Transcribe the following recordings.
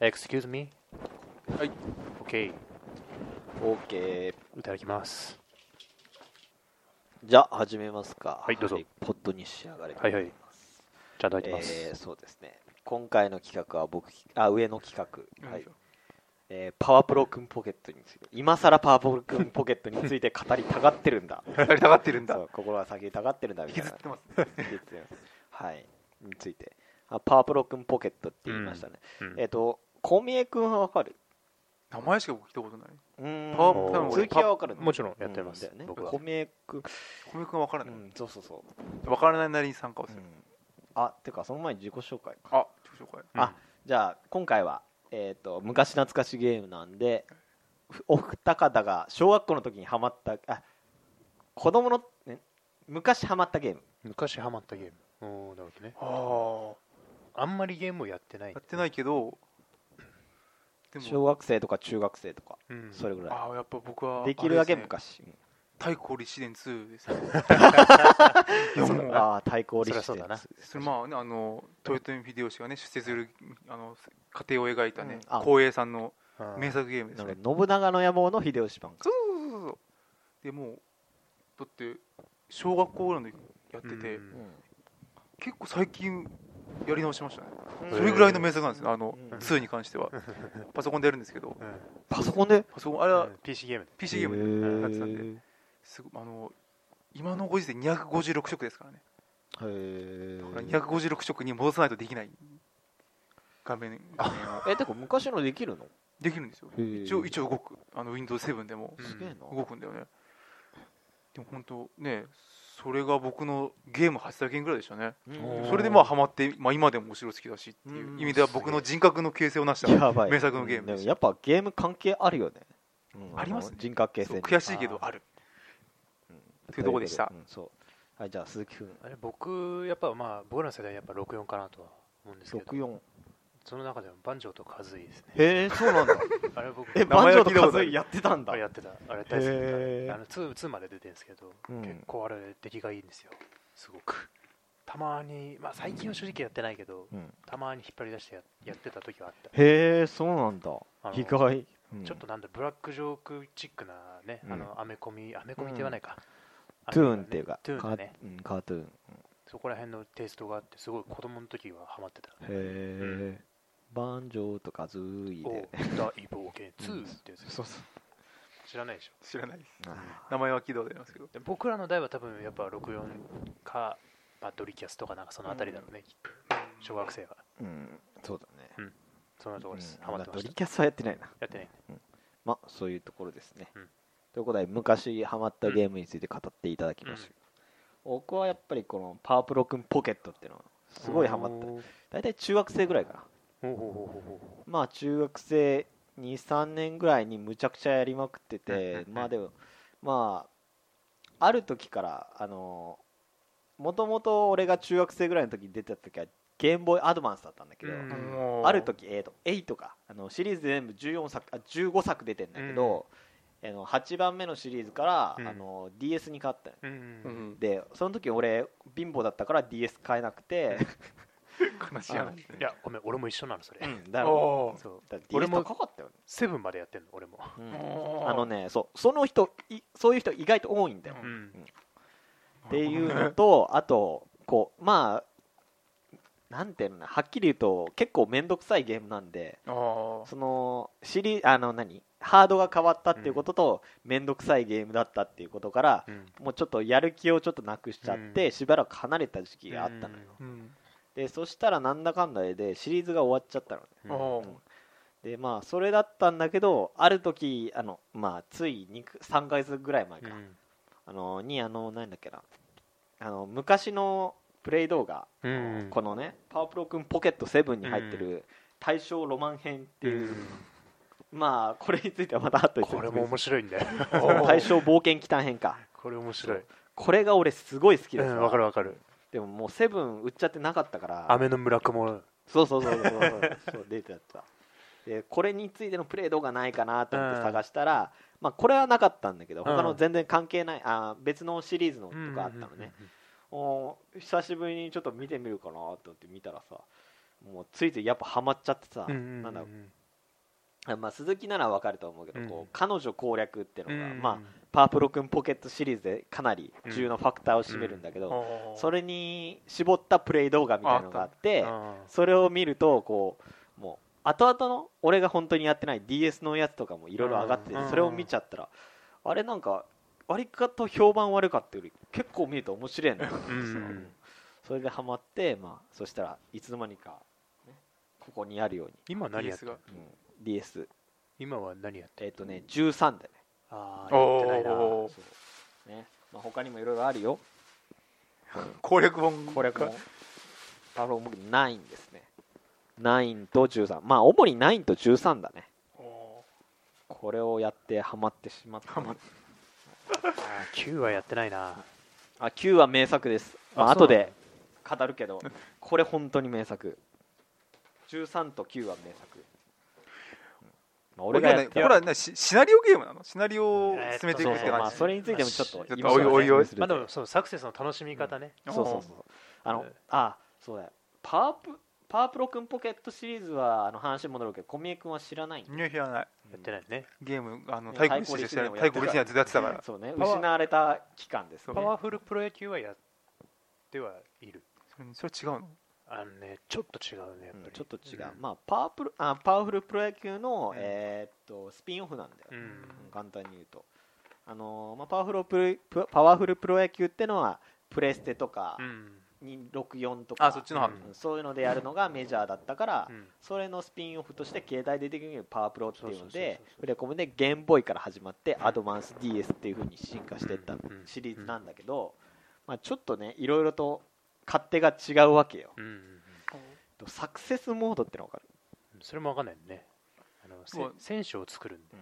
Excuse me? はい OK。 OK。いただきます。じゃあ、始めますか。はいどうぞポッドに仕上がれ。はいはい。ちゃんと入ってます。えー、そうですね。今回の企画は僕、あ、上の企画。はよいいしょ。えーパワープロ君ポケットについて、今更パワープロ君ポケットについて語りたがってるん だ。やりたがってるんだそう、心は先にたがってるんだみたい引きずなっ。てます引きずってます はい。について。あパワープロ君ポケットって言いましたね。うんえっ、と、小宮君はわかる名前しか僕聞いたことないうーんパワー多分俺続きはわかるもちろんやってますうんだよね僕は小宮君、小宮君は分からうない、ん、そうそうそう。分からないなりに参加をすうる、ん、あてかその前に自己紹介かあ自己紹介うんあじゃあ今回は、えー、と昔懐かしゲームなんでふお二方が小学校の時にハマったあ子供のね昔ハマったゲーム昔ハマったゲーム。おーなるほどね。ああんまりゲームをやってない。やってないけどで小も学生とか中学生とか、うん。それぐらああやっぱ僕はいできるだけあれですね昔太鼓立志伝2ですねいあやもあうあー対抗そり力ゃそうだなそれまあねあの豊臣秀吉がね出世するあの過程を描いたねうんあ光栄さんのうん名作ゲームですなねるほど信長の野望の秀吉版かそうそうそうそうでもうだって小学校ぐらいの時やってて、うん結構最近やり直しましたね、んそれぐらいの名作なんですねあの、うん2に関してはパソコンでやるんですけどうんパソコンでパソコンあれはうん PC ゲーム。 PC ゲームムやってたんですごいあの今のご時世256色ですからねだから256色に戻さないとできない画面画面をえてか昔のできるのできるんですよ一応一応動くあの Windows7 でもうんすげえな動くんだよねでも本当ねそれが僕のゲーム発作件ぐらいでしたねうんそれでまあハマって、まあ、今でもお城好きだしっていう意味ではうん僕の人格の形成を成したやばい名作のゲームででもすやっぱゲーム関係あるよね、うんありますねの人格形成そうに悔しいけどあるというとこでしたうんそうはいじゃあ鈴木君あれ僕、やっぱまあ、僕らの世代はやっぱ64かなとは思うんですけど、 64その中でもバンジョーとカズイですね。へえそ うなんだあれ僕、え名前バンジョはー聞いとたこカとあるズイやってたんだあやってた。あれ大好きだへーあの 2, 2まで出てるんですけど、うん結構あれ出来がいいんですよ。すごく。たまに、まあ最近は正直やってないけど、うんたまに引っ張り出してややってた時はあった。へえそうなんだあの意外ちょっとなんだブラックジョークチックなね、うんあのアメコミアメコミって言わないか、トゥーンっていうかトゥーンだねカーうんカートゥーンへそこら辺のテイストがあってすごい子供の時はハマってたうえバンジョーとカズイおで大冒険う2んってやつそうそう知らないでしょ知らないですあ名前は聞いたことありますけどで僕らの代は多分やっぱ64か、まあ、ドリキャスとかなんかそのあたりだろうね、きっと小学生はーうんそうだねそんなところです、うんハマまっあてまドしたリキャスはやってないなやってないまあそういうところですね、うんということで昔ハマったゲームについて語っていただきました、僕はやっぱりこのパワープロ君ポケットっていうのはすごいハマったおー大体中学生ぐらいかなほうほうほうほうほまあ中学生23年ぐらいにむちゃくちゃやりまくっててうんうんまあでもまあある時からあのもともと俺が中学生ぐらいの時に出てた時はゲームボーイアドバンスだったんだけど、うんもうある時、えー、と8かあのシリーズ全部14作あ15作出てんだけど、あの8番目のシリーズから、うんあの DS に変わったのううんううんんでその時俺貧乏だったから DS 買えなくて、悲しい話ですねいやごめん俺も一緒なのそれ、だからおーそうだから俺 DS も高かったよね、 7までやってんの俺も、うんおーあのねそうその人いそういう人意外と多いんだよ、ううんっていう の とあとこうまあなんていうのかなはっきり言うと結構面倒くさいゲームなんであーそのシリあの何ハードが変わったっていうことと面倒、くさいゲームだったっていうことからうんもうちょっとやる気をちょっとなくしちゃって、うんしばらく離れた時期があったのよ、うんでそしたらなんだかんだでシリーズが終わっちゃったのねうんあーでまあそれだったんだけどある時あのまあつい2 3ヶ月ぐらい前か、うんあのにあのなんだっけなあの昔のプレイ動画、うんこのねパワープロ君ポケット7に入ってる大正ロマン編っていう、まあこれについてはまた後で説こ明れすも面白いんだよ 白い大正冒険奇譚編かこれ面白いこれが俺すごい好きうでさ、んわかるわかるでももう7売っちゃってなかったから雨の村雲そうそうそうそうそうそう出てたでこれについてのプレイ動画ないかなと思って探したら、まあ、これはなかったんだけど他の全然関係ない、あー別のシリーズのとかあったのね、おー久しぶりにちょっと見てみるかなと思って見たらさもうついついやっぱハマっちゃってさ、うんうんなんだろううまあ、鈴木ならわかると思うけど、うこんう彼女攻略っていうのが、うんまあ、パープロ君ポケットシリーズでかなり重要なファクターを占めるんだけど、あそれに絞ったプレイ動画みたいなのがあってあーそれを見るとこうもう後々の俺が本当にやってない DS のやつとかもいろいろ上がっててうんそれを見ちゃったらあれなんか割かと評判悪かったより結構見ると面白いなと思ってうんさうんそれでハマってまあそしたらいつの間にかねここにあるように今何やって DS がるうん DS 今は何やってえっとね13だねああやってなないいななそおーうねまあ他にもいろいろあるよ攻略本これもパフォーム9ですね9と13まあ主に9と13だねおこれをやってハマってしまったハマっ9はやってないなあ9は名作です、まああそ後うなので語るけどこれ本当に名作13と9は名作、うんーまあ、こ俺れがやっはたこれはねシシナリオゲームなのシナリオを進めていくそうっそてう感まあ、じそれについてもちょっとちょっと今かおらいおいおい説まあで明するもそうサクセスの楽しみ方ね、そうそうそうあの、うんあそうだよパープパープロくんポケットシリーズはあの話に戻るけど小宮君は知らないんだいや知らないやってないね、ゲームあのね太鼓して知らない太太鼓鼓リシナリシナーずっとやってたかそうねパワー失われた期間ですねパワフルプロ野球はやってはいるらそれ違うのあのねちょっと違うねやっぱり、ちょっと違う、うんまあパワープルあパワフルプロ野球の、うんえーっとスピンオフなんだよ、うん簡単に言うと、あのーまあ、パワフルプロパワフルプロ野球ってのはプレステとかうん264とか、あそっちの方うんうんそういうのでやるのがメジャーだったから、うんそれのスピンオフとして携帯でできるパワープロってそいううそのうそうでそうフレコムでゲームボーイから始まってアドバンス DS っていう風に進化していったうんシリーズなんだけど、まあ、ちょっとねいろいろと勝手が違うわけようんうんとサクセスモードっての分かるうんそれもわかんないねあのせもう選手を作るんで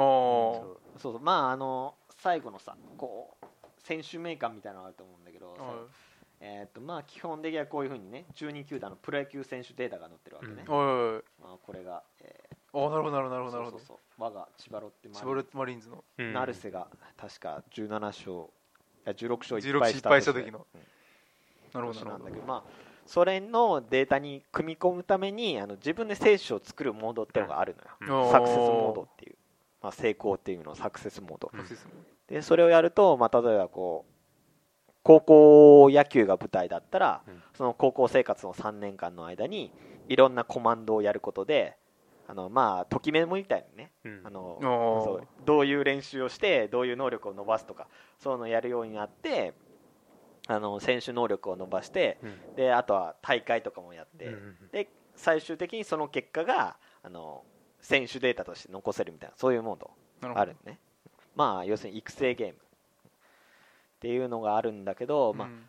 おそそうそうまああの最後のさこう選手名鑑みたいなのがあると思うんだけど、ー最後えーっとまあ、基本的にはこういうふうにね12球団のプロ野球選手データが載ってるわけね、うんまおいおいあ、これが、えおいあなるほどなるほどなるーほどなるほそうどそうそう我が千葉ロッテ千葉レッドマリーンズのう、うん成瀬が確か17勝いや16勝16勝いいっっぱぱいいししたた時のなるほど年ななるほんだどけど、まあ、それのデータに組み込むためにあの自分で選手を作るモードってのがあるのよ、うんおーサクセスモードっていう、まあ、成功っていうのをサクセスモード、うんサクセスでそれをやると、まあ、例えばこう高校野球が舞台だったら、うんその高校生活の3年間の間にいろんなコマンドをやることであのまあときめもみたいにねうんあのおーそうどういう練習をしてどういう能力を伸ばすとかそういうのをやるようになってあの選手能力を伸ばしてうんであとは大会とかもやって、うんうんで最終的にその結果があの選手データとして残せるみたいなそういうモードなるほどあるねまあ要するに育成ゲームっていうのがあるんだけど、まうん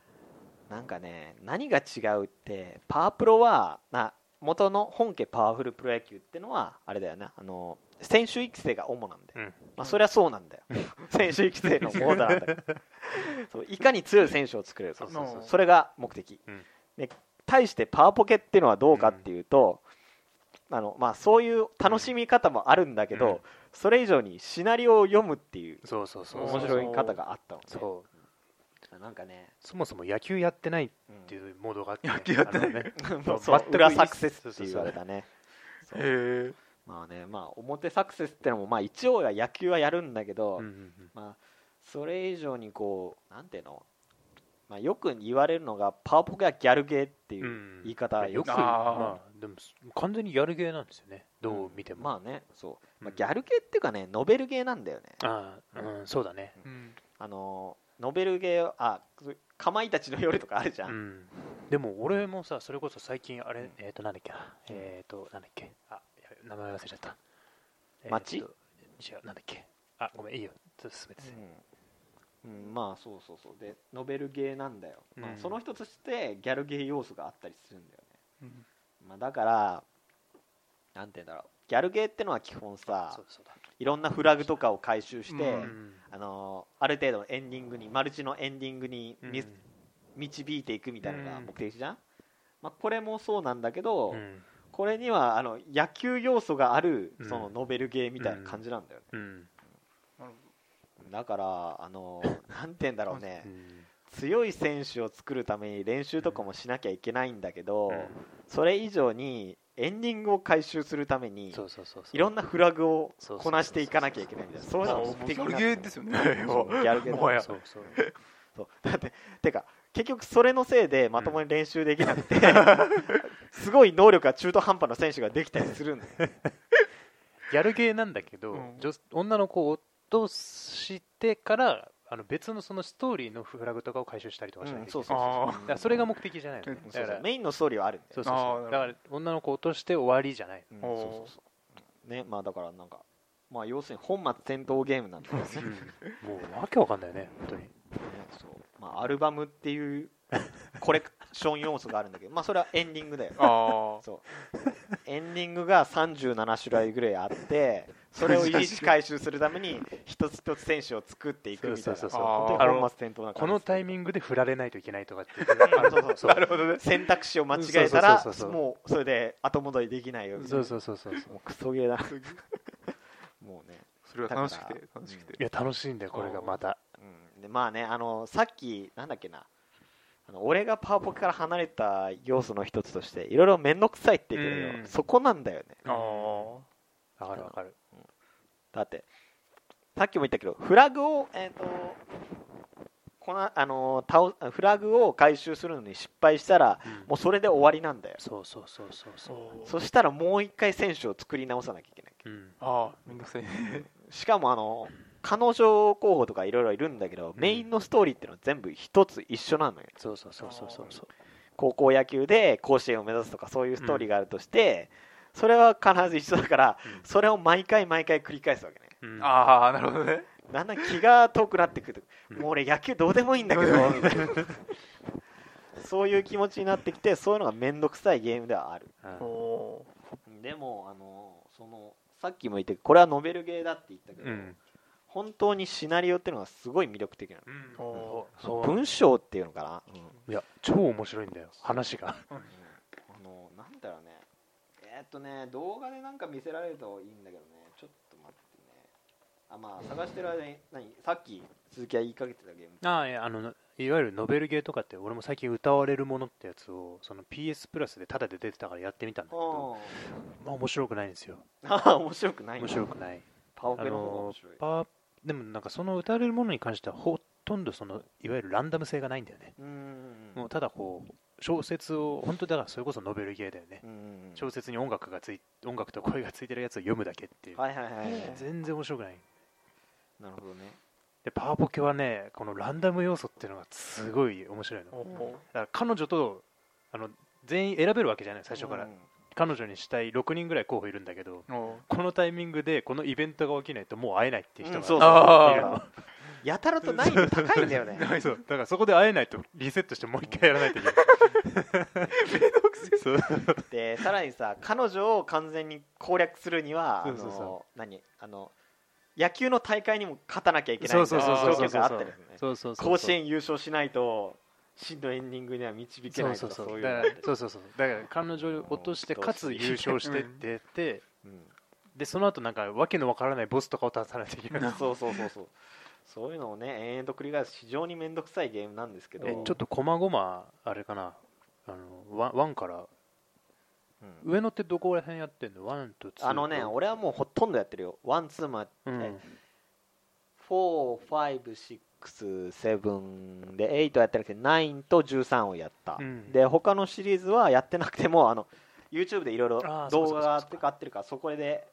あ、なんかね何が違うってパワープロはな元の本家パワフルプロ野球ってのはあれだよなあの選手育成が主なんだよ、うんまあ、そりゃそ うなんだよ選手育成のオーダーなんだよそういかに強い選手を作れるかそうそうそうそれが目的、うんで対してパワポケっていうのはどうかっていうと、あのまあ、そういう楽しみ方もあるんだけうど、んそれ以上にシナリオを読むっていうそうそうそう面白い方があったのでそうなんかね、そもそも野球やってないっうんていうモードがあってね、野球やってないあのね そうそう裏サクセスって言われたねそうへえまあねまあ表サクセスってのもまあ一応は野球はやるんだけど、うんうんうんまあ、それ以上にこうなんていうの、まあ、よく言われるのがパワポケはギャルゲーっていう、うん言い方はよくまあまあ、でも完全にやるゲーなんですよねどう見ても、まあねそう、まうあ、んギャルゲーっていうかねノベルゲーなんだよねああうんそうだねうんあのノベルゲーあかまいたちの夜とかあるじゃ、うんんでも俺もさそれこそ最近あれ、うんえっ、となんだっけなえっ、となんだっけあやべ名前忘れちゃった街えーと違うなんだっけあごめんいいよちょっと進めてて、うんうんまあそうそうそうでノベルゲーなんだよ、まあうんその一つとしてギャルゲー要素があったりするんだよね、うんまあ、だからなんて言うんだろうギャルゲーってのは基本さそうだそうだいろんなフラグとかを回収して、ううんんあのーある程度のエンディングにマルチのエンディングにみ導いていくみたいなのが目的じゃん、まあ、これもそうなんだけど、うんこれにはあの野球要素があるうんそのノベルゲーみたいな感じなんだよね、うん だからあのーなんて言うんだろうね、うん強い選手を作るために練習とかもしなきゃいけないんだけど、うんそれ以上にエンディングを回収するためにそうそうそうそういろんなフラグをそうそうそうそうこなしていかなきゃいけないみたいなそういうのが目的そにれなっゲてーですよね要はそうギャルゲーだもはやそうそうそうだっててか結局それのせいでまともに練習できなくて、 すごい能力が中途半端な選手ができたりするんだよやるゲーなんだけど、うん女女の子を落としてからあの別のそのストーリーのフラグとかを回収したりとかしないといけないうんそうそうあだからそれが目的じゃないのねうんだそうかそうらメインのストーリーはあるんだそようそうそうあだーから女の子を落として終わりじゃないうんおーそうそうそうねまあだからなんかまあ要するに本末転倒ゲームなんだ よねの、もうわけわかんないよね本当にそうまあアルバムっていうコレクション要素があるんだけどまあそれはエンディングだよねあそうエンディングが37種類ぐらいあってそれをいち回収するために一つ一つ選手を作っていくみたいなそうそうそう本当に本末転倒な感じこのタイミングで振られないといけないとかっていううんそうそう そうなるほどね選択肢を間違えたらそうそうそうそうもうそれで後戻りできないよみた いそうなそうそうそうそうもうクソゲーだもうね、それが楽しくて楽しくいてや楽しいんだよこれがまたうん、でまあねあのさっきなんだっけなあの俺がパワポケから離れた要素の一つとしていろいろ面倒くさいって言ってるけど、うんそこなんだよねあーわかるわかるだってさっきも言ったけどフラグをえっ、とこのあの倒あフラグを回収するのに失敗したらもうそれで終わりなんだよそうそうそうそうそうそしたらもう一回選手を作り直さなきゃいけないうんああめんどくさいねしかもあの彼女候補とかいろいろいるんだけど、メインのストーリーっていうのは全部一つ一緒なのよそうそうそうそうそうそう高校野球で甲子園を目指すとかそういうストーリーがあるとして、それは必ず一緒だからそれを毎回毎回繰り返すわけねうんああなるほどねだんだん気が遠くなってくる、うんもう俺野球どうでもいいんだけどどうでもいいみたいなそういう気持ちになってきてそういうのが面倒くさいゲームではあるうんおでもあのそのさっきも言ったこれはノベルゲーだって言ったけど、うん本当にシナリオっていうのがすごい魅力的なのーおそう文章っていうのかな、いや超面白いんだよ話があのなんだろうねえーっとね動画でなんか見せられるといいんだけどねちょっと待ってねあまあ探してる間に何さっき鈴木が言いかけてたゲームああいやあのいわゆるノベルゲーとかって俺も最近歌われるものってやつをその PS プラスでタダで出てたからやってみたんだけどまあ面白くないんですよあー 面白くない面な白くないパオあケの方がの面白い、パーでもなんかその歌われるものに関してはほとんどそのいわゆるランダム性がないんだよねうーんもうただこう小説を本当だからそれこそノベルゲーだよねうんうん小説に音楽がつい音楽と声がついてるやつを読むだけっていうはいはいはいはい全然面白くないなるほどねでパワポケはねこのランダム要素っていうのがすごい面白いのだおから彼女とあの全員選べるわけじゃない最初からうん彼女にしたい6人ぐらい候補いるんだけどおこのタイミングでこのイベントが起きないともう会えないっていう人うんがそうあいるーのそう やたらと難易度高いんだよ ね そうだからそこで会えないとリセットしてもう一回やらないといけないそうでさらにさ彼女を完全に攻略するにはあそうそうそうの何あの野球の大会にも勝たなきゃいけないそうみたそそいうなうそうそう条件そがうあそっうたりするねそうそうそう甲子園優勝しないと真のエンディングには導けないそとうかそうそそうういうだかのあらったりそうそうそうだから彼女を落としてかつ優勝してってやってうんでその後なんかわけのわからないボスとかを立たないといけない そうそうそうそうそういうのをね延々と繰り返す非常に面倒くさいゲームなんですけどえちょっとこまごまあれかなあのワンワンからうん上野ってどこら辺やってんのワンとツーとあのね俺はもうほとんどやってるよワンツーもやってうん4567で8やってなくて9と13をやった、うんで他のシリーズはやってなくてもあの YouTube でいろいろあーそうかそ動うかそうか画があってかあってるからそこで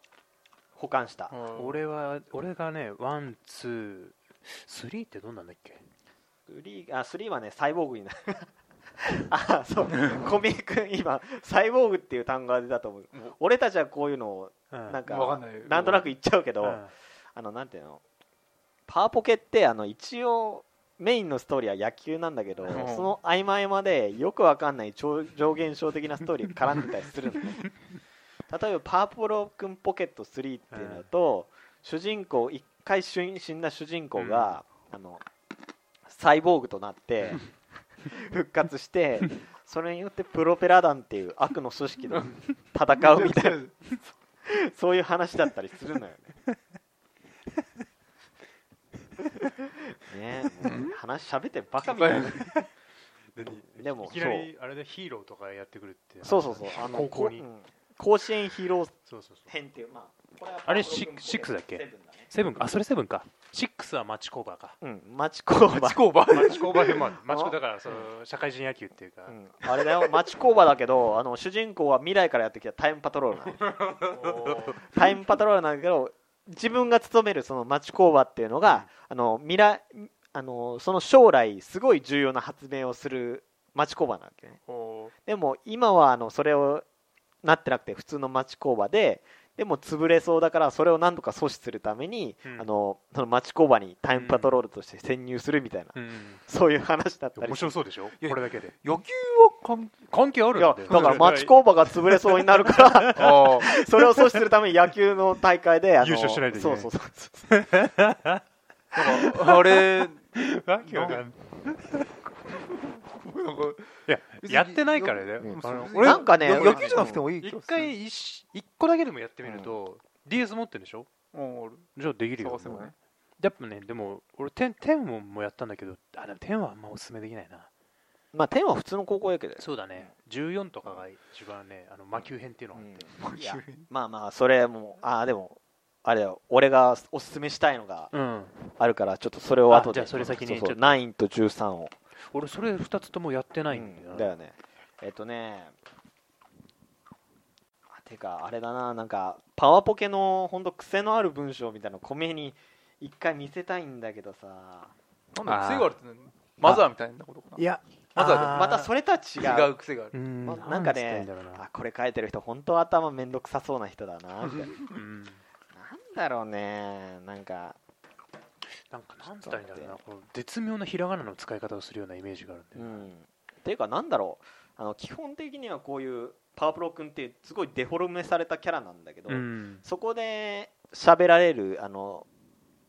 保管した俺俺は俺がねワンツースリーってどんなんだっけ3あ3はねサイボーグになるあそう小宮君今サイボーグっていう単語が出たと思うもう俺たちはこういうのをうんなんかわかんないよなんとなく言っちゃうけど、うんあのなんていうのパワポケってあの一応メインのストーリーは野球なんだけど、んその合間合間でよくわかんない超上現象的なストーリーが絡んでたりするのね例えば「パープロくんポケット3」っていうのだと、主人公一回死んだ主人公が、あのサイボーグとなって復活してそれによってプロペラ団っていう悪の組織と戦うみたいなそういう話だったりするのよね。ねもう話喋ってバカみたいなでもいきなりあれでヒーローとかやってくるってそうそうそうあの高校にこうん甲子園ヒーローそうそうそう編っていうまあこれはあれシックシックスだっけセブンだねセブンかあそれセブンかシックスは町工場かうん町工場町工場町工場でまあ町工場だからその社会人野球っていうかうんあれだよ町工場だけどあの主人公は未来からやってきたタイムパトロールなの タイムパトロールなんだけど自分が勤めるその町工場っていうのが、あの未来あのその将来すごい重要な発明をする町工場なわけねおーでも今はあのそれをなってなくて普通の町工場ででも潰れそうだからそれを何とか阻止するために、うんあのその町工場にタイムパトロールとして潜入するみたいな、うんそういう話だったり面白そうでしょやこれだけで野球は関関係あいるんだやよだから町工場が潰れそうになるか らあそれを阻止するために野球の大会であの優勝しないといけないそうそうそうそうあれわけわかんないなんかいや別にやってないからだようんあのそう俺なんかね野野球じゃなくてもいい気一がする回一一個だけでもやってみると DS 持ってるでしょうんあるじゃあできるよ探せばねやっぱねでも俺10 10もやったんだけどあでも10はあんまおすすめできないなまあ天は普通の高校野球だよそうだね14とかが一番ねあの魔球編っていうのがあっていやまあまあそれもああでもあれだよ俺がおすすめしたいのがうんあるからちょっとそれを後あじでゃあそれ先にそうそうちょっと9と13を俺それ2つともやってないんだうよんだなよねえっとねあてかあれだななんかパワポケのほんと癖のある文章みたいなの小目に一回見せたいんだけどさなんだ癖があるって何マザーみたいなことかないやまずはあーまたそれとは違う違う癖があうるんまなんかつねったらいいんだろうなあこれ書いてる人本当頭めんどくさそうな人だなみたいななんうんだろうねなんかなんかなんつったらいいんだろうなこの絶妙なひらがなの使い方をするようなイメージがあるんだようねんっていうかなんだろうあの基本的にはこういうパワプロ君ってすごいデフォルメされたキャラなんだけど、うんそこで喋られるあの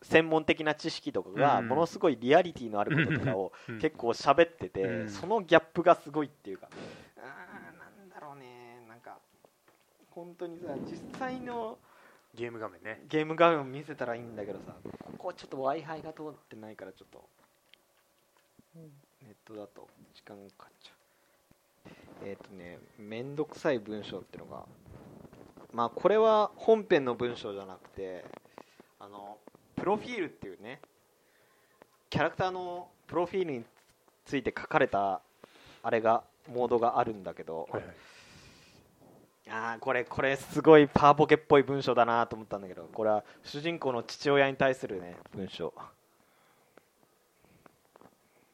専門的な知識とかがうんものすごいリアリティのあることとかをうん結構喋ってて、うんそのギャップがすごいっていうかあーなんだろうねなんか本当にさ実際のゲーム画面ねゲーム画面を見せたらいいんだけどさここちょっと w i f i が通ってないからちょっとネットだと時間かかっちゃうえっ、とねめんどくさい文章ってのがまあこれは本編の文章じゃなくてあのプロフィールっていうねキャラクターのプロフィールについて書かれたあれがモードがあるんだけど、はいはいあーこれこれすごいパワポケっぽい文章だなと思ったんだけどこれは主人公の父親に対するね文章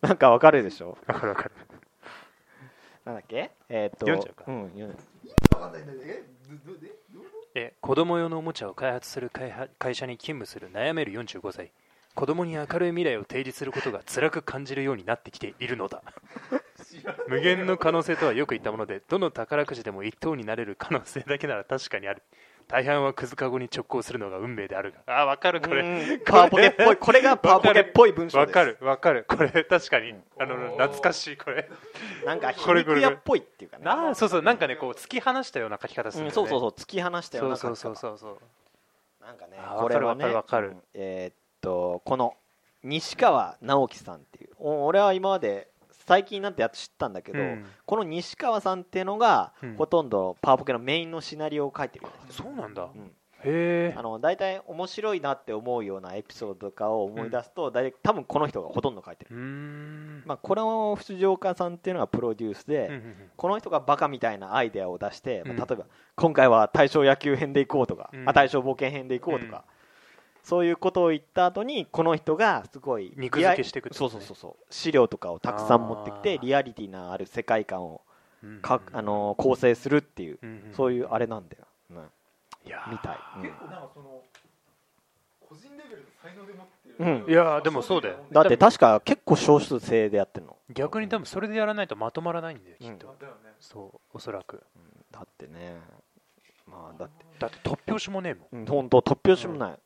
なんかわかるでしょわかるわかるなんだっけえーっと読んじゃうかん読んえ子供用のおもちゃを開発する開発会社に勤務する悩める45歳子供に明るい未来を提示することが辛く感じるようになってきているのだ無限の可能性とはよく言ったものでどの宝くじでも一等になれる可能性だけなら確かにある大半はクズカゴに直行するのが運命であるがあーわかるこれうんパワポケっぽいこれがパワポケっぽい文章わですかるわかるこれ確かにあの懐かしいこれなんか皮これこれこれ肉屋っぽいっていうかねなあそうそうなんかねこう突き放したような書き方するうんんだよそねうそうそう突き放したようなそうそうそうそうなんかねあーこれはわかねるわかるわかるうんえーっとこの西川直樹さんっていうお俺は今まで最近になってやっと知ったんだけど、うんこの西川さんっていうのが、うんほとんどパワポケのメインのシナリオを書いてるよねそうなんだ、うんへえあの大体面白いなって思うようなエピソードとかを思い出すと、大体多分この人がほとんど書いてる、うーんまあ、この藤岡さんっていうのがプロデュースで、うんうんうんこの人がバカみたいなアイデアを出して、まあうん例えば今回は大正野球編でいこうとか、うんあ大正冒険編でいこうとか、うんそういうことを言った後にこの人がすごい肉付けしていくってそことうそうねそうそう資料とかをたくさん持ってきてあーリアリティのある世界観をうんか、あの構成するっていう、うんうんそういうあれなんだよ、うんいやーみたい、うん結構なんかその個人レベルの才能で持ってるうんいやーでもそうだよだって確か結構少数制でやってるの逆に多分それでやらないとまとまらないんだよきっと、まあだよねそうおそらくだってねまあだってだって突拍子もねえもんうん本当突拍子もない、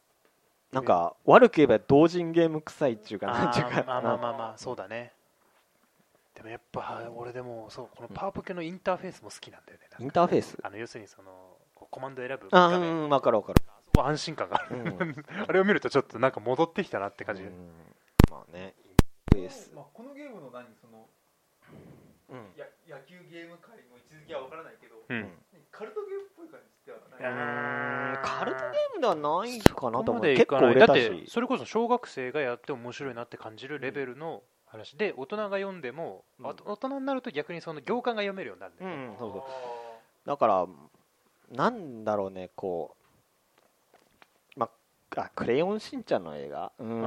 なんか悪く言えば同人ゲーム臭いっていうかなんていうかーまあまあまあまあそうだねでもやっぱ俺でもそうこのパワーポケのインターフェースも好きなんだよねなんインかターフェースあの要するにそのこうコマンド選ぶあ画う面ん分かる分かる安心感があるうんあれを見るとちょっとなんか戻ってきたなって感じ、うんまあねですまあ、このゲームの何そのうんや野球ゲーム界の位置づけは分からないけど、うんうんカルトゲームっぽい感じではうーんカルトゲームではないかなそとこ思まうで結いか構ない売れだたってしそれこそ小学生がやっても面白いなって感じるレベルの話で大人が読んでも、うんあと大人になると逆にその行間が読めるようになるんだうよね、んそうそうだからなんだろうねこうまあクレヨンしんちゃんの映画うーん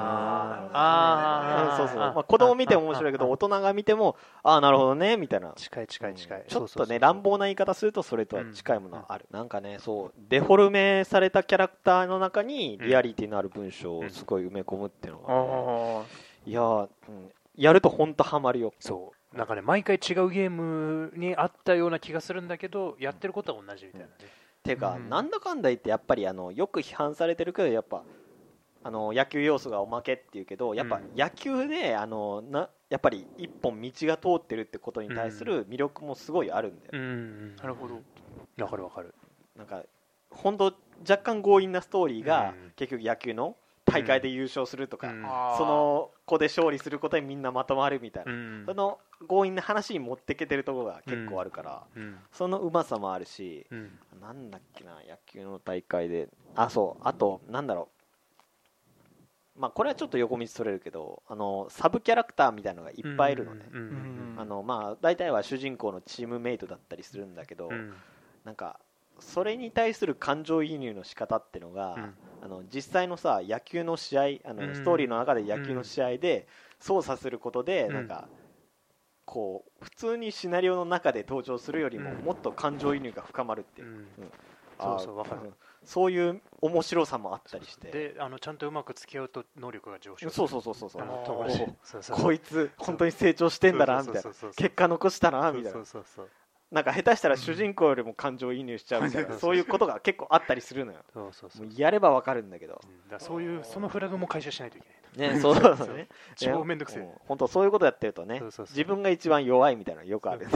あああーそうそうあーまあ、子供見ても面白いけあどー大人が見てもああなるほどねみたいな近い近い近い、うんちょっそうそとうそうね乱暴な言い方するとそれとは近いものはある、なんかねそうデフォルメされたキャラクターの中にリアリティのある文章をすごい埋め込むっていうのあーが、いやー、うん、やると本当ハマるよそうなんかね毎回違うゲームにあったような気がするんだけどやってることは同じみたいなね、てか、うんなんだかんだ言ってやっぱりあのよく批判されてるけどやっぱあの野球要素がおまけっていうけどやっうぱん野球であのなやっぱり一本道が通ってるってことに対する魅力もすごいあるんだよ、うんなるほどわかるわかるなんか本当若干強引なストーリーがうん結局野球の大会で優勝するとか、うんあーその子で勝利することにみんなまとまるみたいな、んその強引な話に持ってけてるところが結構あるから、うんそのうまさもあるしうんなんだっけな野球の大会であそうあとなんだろうまあこれはちょっと横道それるけどあのサブキャラクターみたいのがいっぱいいるのね、うんうんあのまあ大体は主人公のチームメイトだったりするんだけど、うんうんなんかそれに対する感情移入の仕方ってのが、うんあの実際のさ野球の試合あうんのストーリーの中で野球の試合で操作することで、うんなんかこう普通にシナリオの中で登場するよりも、うんもっと感情移入が深まるってういう、んあーそうそうわかるんそういう面白さもあったりしてであのちゃんとうまく付き合うと能力が上昇そううそうそうそうそうあのー友達おそうそうそうこいつ本当に成長してんだなみたいなそうそうそうそう結果残したなみたいそなうそうそうなんか下手したら主人公よりも感情移入しちゃうみたいうんなそういうことが結構あったりするのよそうそうそもううやればわかるんだけどうんだからそういうそのフラグも回収しないといけない ね、そうそうそうね。一番めんどくせえもう本当そういうことやってるとねそうそうそう自分が一番弱いみたいなのよくある。